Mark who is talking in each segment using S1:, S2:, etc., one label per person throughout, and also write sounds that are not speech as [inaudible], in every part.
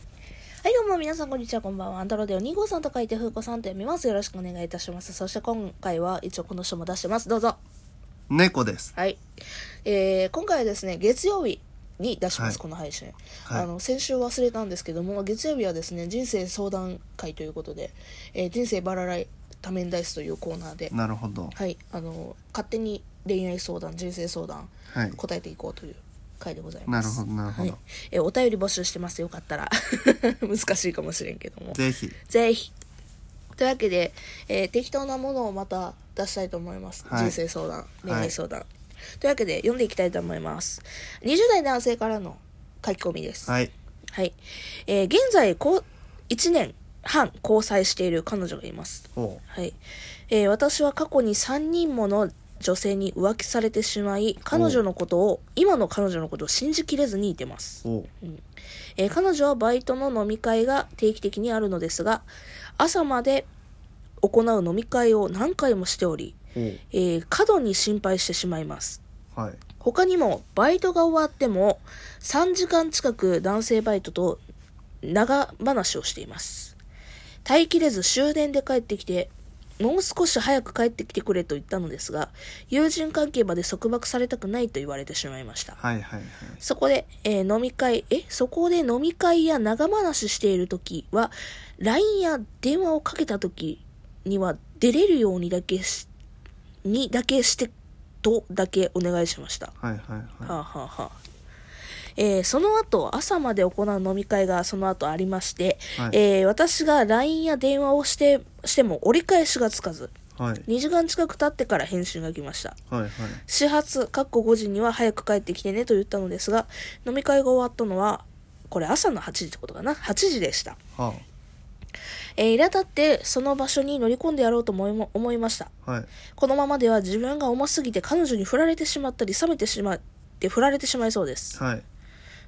S1: どうも皆さんこんにちは、こんばんは。アンドロデオ2号さんと書いて、風子さんと読みます。よろしくお願いいたします。そして今回は、一応この人も出してます。どうぞ。
S2: 猫です。
S1: はい。えー、今回はですね、月曜日に出します、
S2: はい
S1: この配信、
S2: はい
S1: あの、先週忘れたんですけども、月曜日はですね、人生相談会ということで、えー人生バラライ多面ダイスというコーナーで、
S2: なるほど。
S1: はい、あの、勝手に恋愛相談、人生相談、
S2: はい。
S1: 答えていこうという回でござい
S2: な
S1: ま
S2: る
S1: す。
S2: ほど、なるほど。
S1: はい、えーお便り募集してますよかったら [laughs] 難しいかもしれんけども
S2: ぜひ。
S1: ぜひというわけで、えー適当なものをまた出したいと思います、
S2: はい
S1: 人生相談恋愛相談、というわけで読んでいきたいと思います20代男性からの書き込みです、
S2: はい。
S1: はいえー現在こう1年半交際している彼女がいます
S2: おう
S1: はい、えー私は過去に3人もの女性に浮気されてしまい彼女のことを今の彼女のことを信じきれずにいてます、
S2: おう
S1: えー彼女はバイトの飲み会が定期的にあるのですが朝まで行う飲み会を何回もしており、
S2: おう
S1: えー過度に心配してしまいます
S2: はい。
S1: 他にもバイトが終わっても3時間近く男性バイトと長話をしています耐えきれず終電で帰ってきてもう少し早く帰ってきてくれと言ったのですが友人関係まで束縛されたくないと言われてしまいました
S2: はいはいはい。
S1: そこで、えー飲み会、え、そこで飲み会や長話しているときは、LINE や電話をかけたときには出れるようにだけし、にだけして、とだけお願いしました。
S2: はいはい
S1: はあ、
S2: は
S1: はあはあえーその後、朝まで行う飲み会がその後ありまして、
S2: はい
S1: えー私が LINE や電話をして、しても折り返しがつかず、
S2: い。はい。
S1: 2時間近く経ってから返信が来ました。
S2: はいはい。
S1: 始発、かっこ5時には早く帰ってきてねと言ったのですが、飲み会が終わったのは、これ朝の8時ってことかな ?8 時でした。
S2: は
S1: えー苛立ってその場所に乗り込んでやろうと思いも思いました。
S2: あ。はい。
S1: このままでは自分が重すぎて彼女に振られてしまったり、冷めてしまって振られてしまいそうです。
S2: はい。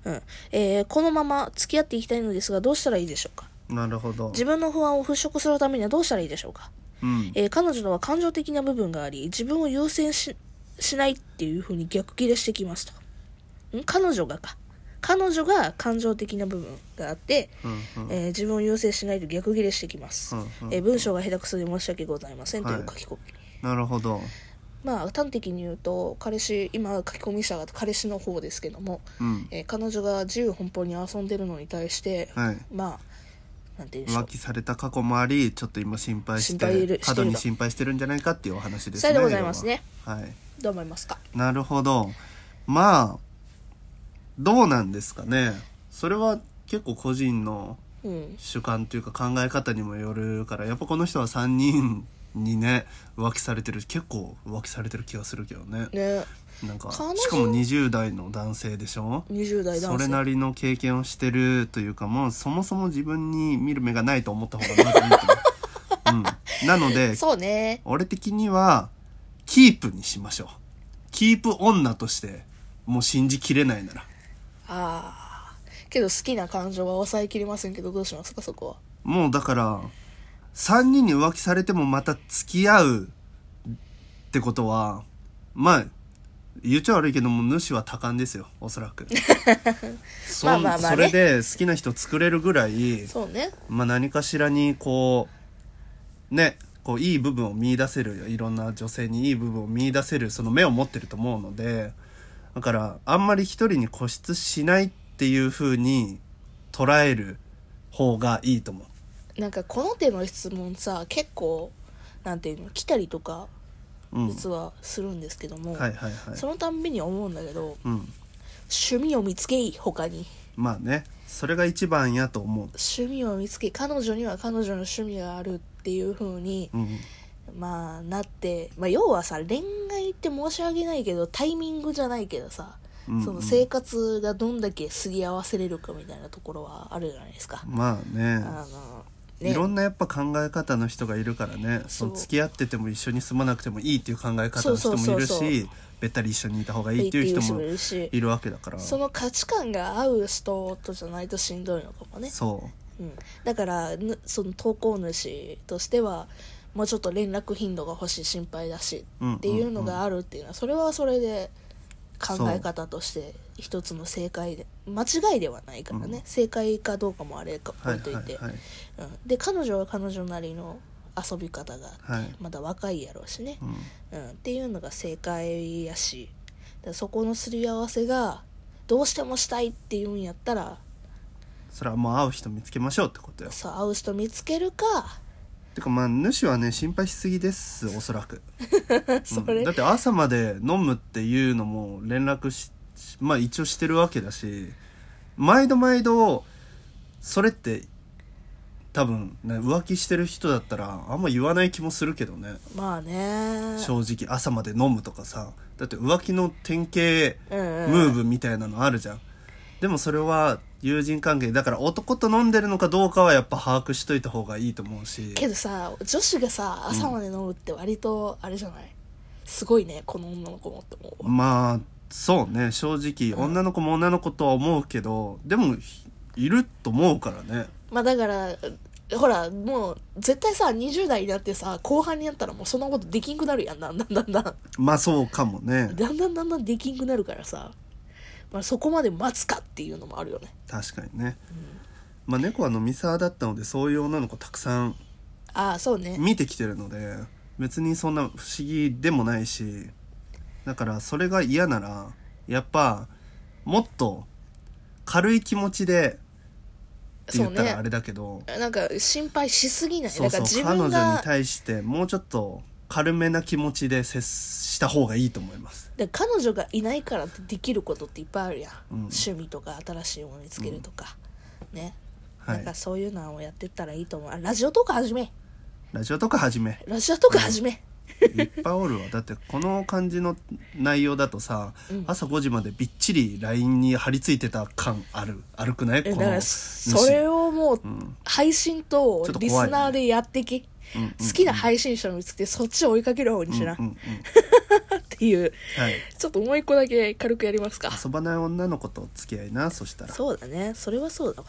S1: うん。えーこのまま付き合っていきたいのですが、どうしたらいいでしょうか
S2: なるほど。
S1: 自分の不安を払拭するためにはどうしたらいいでしょうか
S2: うん。
S1: えー彼女のは感情的な部分があり自分を優先ししないっていう風に逆切れしてきますとん彼女がか彼女が感情的な部分があって、
S2: うんうん。
S1: えー自分を優先しないと逆切れしてきます、
S2: うんうん
S1: えー文章が下手くそで申し訳ございませんと
S2: はい
S1: いう書き込み、
S2: なるほど。
S1: まあ端的に言うと彼氏今書き込み者が彼氏の方ですけども、
S2: うん。
S1: えー彼女が自由奔放に遊んでるのに対して、
S2: はい。
S1: まあなんて言うんでしょ
S2: 浮
S1: う
S2: 気された過去もあり、ちょっと今心配し
S1: 心配して
S2: て、
S1: る
S2: 過度に心配してるんじゃないかっていうお話です
S1: さよ
S2: ね。
S1: うでございますね
S2: 要は。はい。
S1: どう思いますか
S2: なるほど。まあ、どうなんですかね。それは結構個人の
S1: うん
S2: 主観というか考え方にもよるからやっぱこの人は3人にね浮気されてる結構浮気されてる気がするけどね
S1: ね
S2: なんか
S1: 彼女
S2: しかも20代の男性でしょ
S1: 20代男性
S2: それなりの経験をしてるというかもうそもそも自分に見る目がないと思った方がまずいいと思う、うん、なの
S1: [laughs]
S2: で
S1: そうね
S2: 俺的にはキープにしましょうキープ女としてもう信じきれないなら
S1: ああけど好きな感情は抑えきれませんけどどうしますかそこは
S2: もうだから、3人に浮気されてもまた付き合うってことは、まあ、言っちゃ悪いけども、主は多感ですよ、おそ
S1: [laughs]
S2: らく。そ
S1: まあまあまあね
S2: それで好きな人作れるぐらい、
S1: そうね
S2: まあ何かしらにこう、ね、こういい部分を見出せる、いろんな女性にいい部分を見出せる、その目を持ってると思うので、だからあんまり一人に固執しないっていう風に捉える方がいいと思う。
S1: なんかこの手の質問さ結構なんていうの来たりとか
S2: うん、
S1: 実はするんですけども、
S2: はいはいはい
S1: そのたんびに思うんだけど
S2: うん
S1: 趣味を見つけい他に
S2: まあねそれが一番やと思う
S1: 趣味を見つけ彼女には彼女の趣味があるっていう風に、
S2: うん
S1: まあなって、まあ、要はさ恋愛って申し訳ないけどタイミングじゃないけどさ、
S2: うんうん
S1: その生活がどんだけすり合わせれるかみたいなところはあるじゃないですか、
S2: まあね
S1: あのね
S2: いろんなやっぱ考え方の人がいるからね
S1: そ
S2: そうの付き合ってても一緒に住まなくてもいいっていう考え方の人もいるし
S1: そうそうそうそう
S2: べったり一緒にいた方がい
S1: い
S2: い
S1: いっ
S2: ってていう
S1: いう
S2: 人
S1: 人
S2: も
S1: もいるし
S2: いるわけだから
S1: その価値観が合う人とじゃないとしんどいのかもね、
S2: そ
S1: うん、だからぬその投稿主としてはもうちょっと連絡頻度が欲しい心配だしっていうのがあるっていうのはそれはそれで考え方として一つの正解で間違いではないからね、
S2: うん
S1: 正解かどうかもあれか
S2: は
S1: 置
S2: い
S1: いといて、
S2: はいはい
S1: うん、で彼女は彼女なりの遊び方があって、
S2: はい
S1: まだ若いやろうしね
S2: う、ん
S1: うん、っていうのが正解やしだからそこのすり合わせがどうしてもしたいっていうんやったら
S2: それはもう会う人見つけましょうってことよ
S1: そう会う人見つけるか、
S2: てかまあ主はね心配しすぎですおそらく、う
S1: そ
S2: ん
S1: れ、
S2: だって朝まで飲むっていうのも連絡しまあ一応してるわけだし毎度毎度それって多分ね浮気してる人だったらあんま言わない気もするけどね
S1: まあね
S2: 正直朝まで飲むとかさだって浮気の典型
S1: うんうん
S2: ムーブみたいなのあるじゃんでもそれは友人関係だから男と飲んでるのかどうかはやっぱ把握しといた方がいいと思うし
S1: けどさ女子がさ朝まで飲むって割とあれじゃない、すごいねこの女の子もって思うわ
S2: まあそうね正直
S1: うん
S2: 女の子も女の子とは思うけどでもひいると思うからね
S1: まあだからほらもう絶対さ20代になってさ後半になったらもうそんなことできんくなるやんだんだんだんだんだ
S2: まあそうかもね
S1: んだんだんだんだんできんくなるからさ、まあ、そこまで待つかっていうのもあるよね
S2: 確かにね、まあ猫は飲み沢だったのでそういう女の子たくさん
S1: ああそうね
S2: 見てきてるので別にそんな不思議でもないしだからそれが嫌ならやっぱもっと軽い気持ちでっ
S1: そ
S2: て言
S1: う
S2: ったら
S1: ね
S2: あれだけど
S1: なんか心配しすぎない
S2: そう
S1: だから
S2: そう
S1: 自
S2: 彼
S1: 分
S2: 女に
S1: が
S2: 対してもうちょっと軽めな気持ちで接した方がいいと思います
S1: で彼女がいないからってできることっていっぱいあるやん、
S2: うん
S1: 趣味とか新しいもの見つけるとか、ね
S2: は
S1: なん
S2: い
S1: かそういうのをやってったらいいと思うあラジオとか始め
S2: ラジオとか始め
S1: ラジオとか始め、
S2: いっぱいおるわだってこの感じの内容だとさ、朝5時までびっちり LINE に張り付いてた感ある悪くないこ
S1: え
S2: の
S1: だからそれをもう配信とリスナーでやってき、好きな配信者を見つけてそっちを追いかける方にしな、
S2: 主うんうん
S1: っていう [laughs]
S2: はい
S1: ちょっともう一個だけ軽くやりますか
S2: 遊ばない女の子と付き合いなそしたら
S1: そうだねそれはそうだわ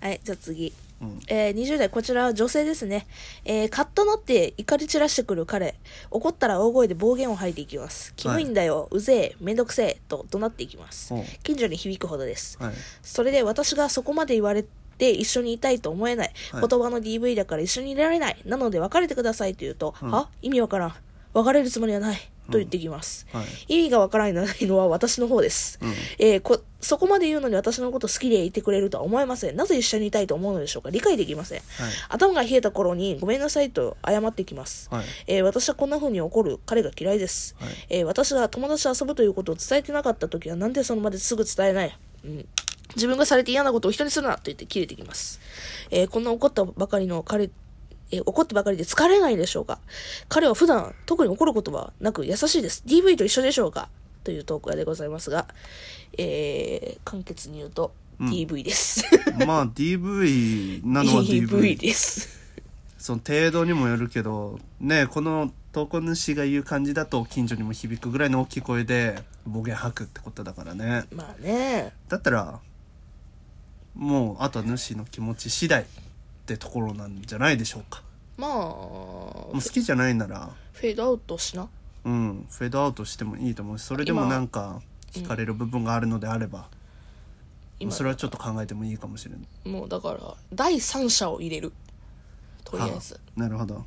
S1: はいじゃあ次
S2: うん
S1: えー20代、こちらは女性ですね。えーカッとなって怒り散らしてくる彼。怒ったら大声で暴言を吐いていきます。キモいんだよ、うぜえ、めんどくせえ、と怒鳴っていきます
S2: ほう。
S1: 近所に響くほどです。
S2: はい
S1: それで私がそこまで言われて一緒にいたいと思えない。
S2: はい
S1: 言葉の DV だから一緒にいられない。なので別れてくださいと言うと、は意味わからん。別れるつもりはない。と言ってきます。
S2: はい
S1: 意味がわからないのは私の方です、
S2: うん
S1: えーこそこまで言うのに私のこと好きでいてくれるとは思えませんなぜ一緒にいたいと思うのでしょうか理解できません、頭が冷えた頃にごめんなさいと謝ってきます、
S2: はい
S1: えー私はこんな風に怒る彼が嫌いです、
S2: はい
S1: えー私が友達と遊ぶということを伝えてなかった時はなんでそのまですぐ伝えない、うん自分がされて嫌なことを人にするなと言って切れてきます、えーこんな怒ったばかりの彼えー怒ってばかりで疲れないでしょうか彼は普段特に怒ることはなく優しいです DV と一緒でしょうかという投稿でございますが、えー簡潔に言うと DV です、
S2: まあ DV な
S1: [laughs]
S2: のは
S1: DV
S2: DV
S1: です
S2: その程度にもよるけどねこの投稿主が言う感じだと近所にも響くぐらいの大きい声で暴言吐くってことだからね
S1: まあね
S2: だったらもうあとは主の気持ち次第ってところなんじゃないでしょうか
S1: まあ
S2: もう好きじゃないなら
S1: フェードアウトしな
S2: うんフェードアウトしてもいいと思うしそれでも
S1: 今
S2: なんか惹かれる部分があるのであれば、
S1: 今
S2: それはちょっと考えてもいいかもしれない
S1: もうだから第三者を入れるとりあえず
S2: はあなるほど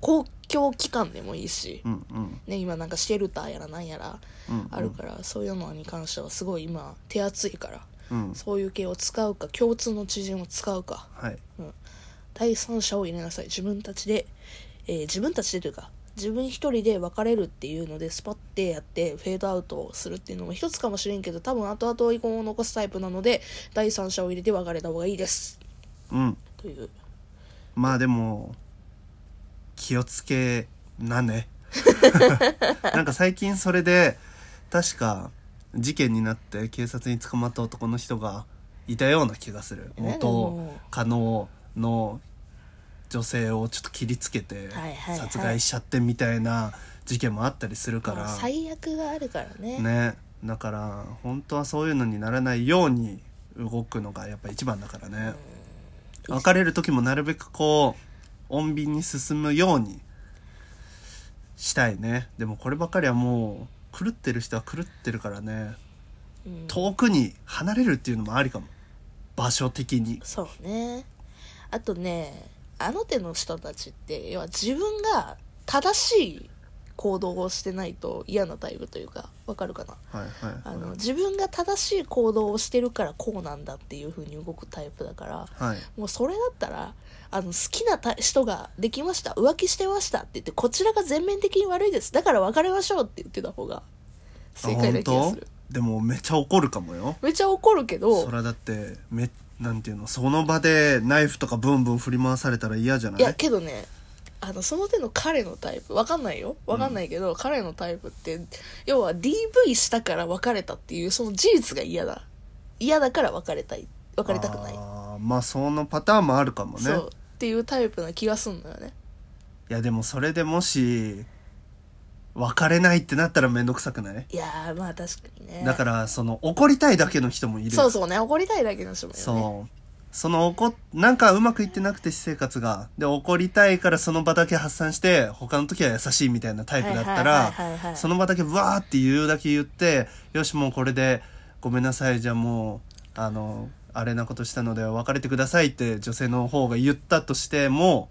S1: 公共機関でもいいし
S2: う、んうん
S1: ね、今なんかシェルターやらなんやら
S2: うん
S1: あるから、そういうのに関してはすごい今手厚いから、
S2: うん
S1: そういう系を使うか共通の知人を使うか
S2: はい
S1: 第三者を入れなさい自分たちで、えー自分たちでというか自分一人で別れるっていうのでスパッてやってフェードアウトをするっていうのも一つかもしれんけど多分後々遺恨を残すタイプなので第三者を入れて別れた方がいいです
S2: うん
S1: という
S2: まあでも気をつけ
S1: [laughs]
S2: なねなんか最近それで確か事件になって警察に捕まった男の人がいたような気がする
S1: えなんで
S2: 元
S1: もう
S2: 加納の女性をちょっと切りつけて
S1: はいはいはい
S2: 殺害しちゃってみたいな事件もあったりするから、
S1: まあ最悪があるからね
S2: ねだから本当はそういうのにならないように動くのがやっぱ一番だからね別れる時もなるべくこう穏便に進むようにしたいねでもこればかりはもう狂ってる人は狂ってるからね
S1: うん
S2: 遠くに離れるっていうのもありかも場所的に
S1: そうねあとねあの手の人たちって要は自分が正しい行動をしてないと嫌なタイプというかわかるかな
S2: はいはい
S1: あ
S2: はい
S1: の自分が正しい行動をしてるからこうなんだっていう風に動くタイプだから
S2: はい
S1: もうそれだったらあの好きなた人ができました浮気してましたって言ってこちらが全面的に悪いですだから別れましょうって言ってた方が正解な気がする
S2: でもめっちゃ怒るかもよ
S1: めっちゃ怒るけど
S2: そりゃだってめなんていうのその場でナイフとかブンブン振り回されたら嫌じゃない
S1: いやけどねあのその手の彼のタイプわかんないよわかんないけど、彼のタイプって要は DV したから別れたっていうその事実が嫌だ嫌だから別れたい別れたくない、
S2: あーまあそのパターンもあるかもね
S1: そうっていうタイプな気がすんのよね
S2: いやでもそれでもし別れないってなったら面倒くさくない
S1: いやーまあ確かにね
S2: だからその怒りたいだけの人もいる
S1: そうそうね怒りたいだけの人もいるよね
S2: そうその怒っなんかうまくいってなくて私生活がで怒りたいからその場だけ発散して他の時は優しいみたいなタイプだった
S1: はいはいはいはいは
S2: ら
S1: い
S2: その場だけわーって言うだけ言ってよしもうこれでごめんなさいじゃあもうあのあれなことしたので別れてくださいって女性の方が言ったとしても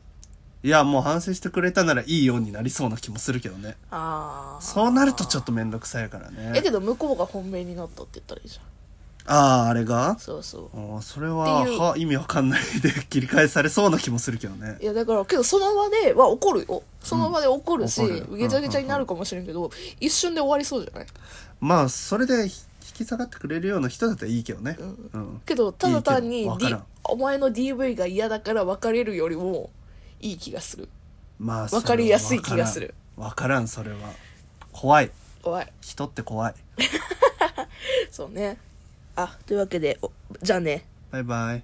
S2: いやもう反省してくれたならいいようになりそうな気もするけどね
S1: ああ
S2: そうなるとちょっと面倒くさいからね
S1: やけど向こうが本命になったって言ったらいいじゃ
S2: あああれが
S1: んそうそ
S2: あーそれは
S1: っていう
S2: は意味わかんないで切り返されそうな気もするけどね
S1: ういやだからけどその場では怒るよその場で怒るし、
S2: うん怒る
S1: げちゃげちゃになるかもしれんけど、一瞬で終わりそうじゃない
S2: まあそれでひ引き下がってくれるような人だったらいいけどね
S1: うん
S2: うん、
S1: けどただ単に
S2: いいけどわ
S1: D
S2: からん
S1: お前の DV が嫌だから別れるよりもいい気がする
S2: まあ
S1: わかりやすい気がする
S2: わからんわからんそれは怖い
S1: 怖い
S2: 人って怖い
S1: そうねあというわけでおじゃあね
S2: バイバイ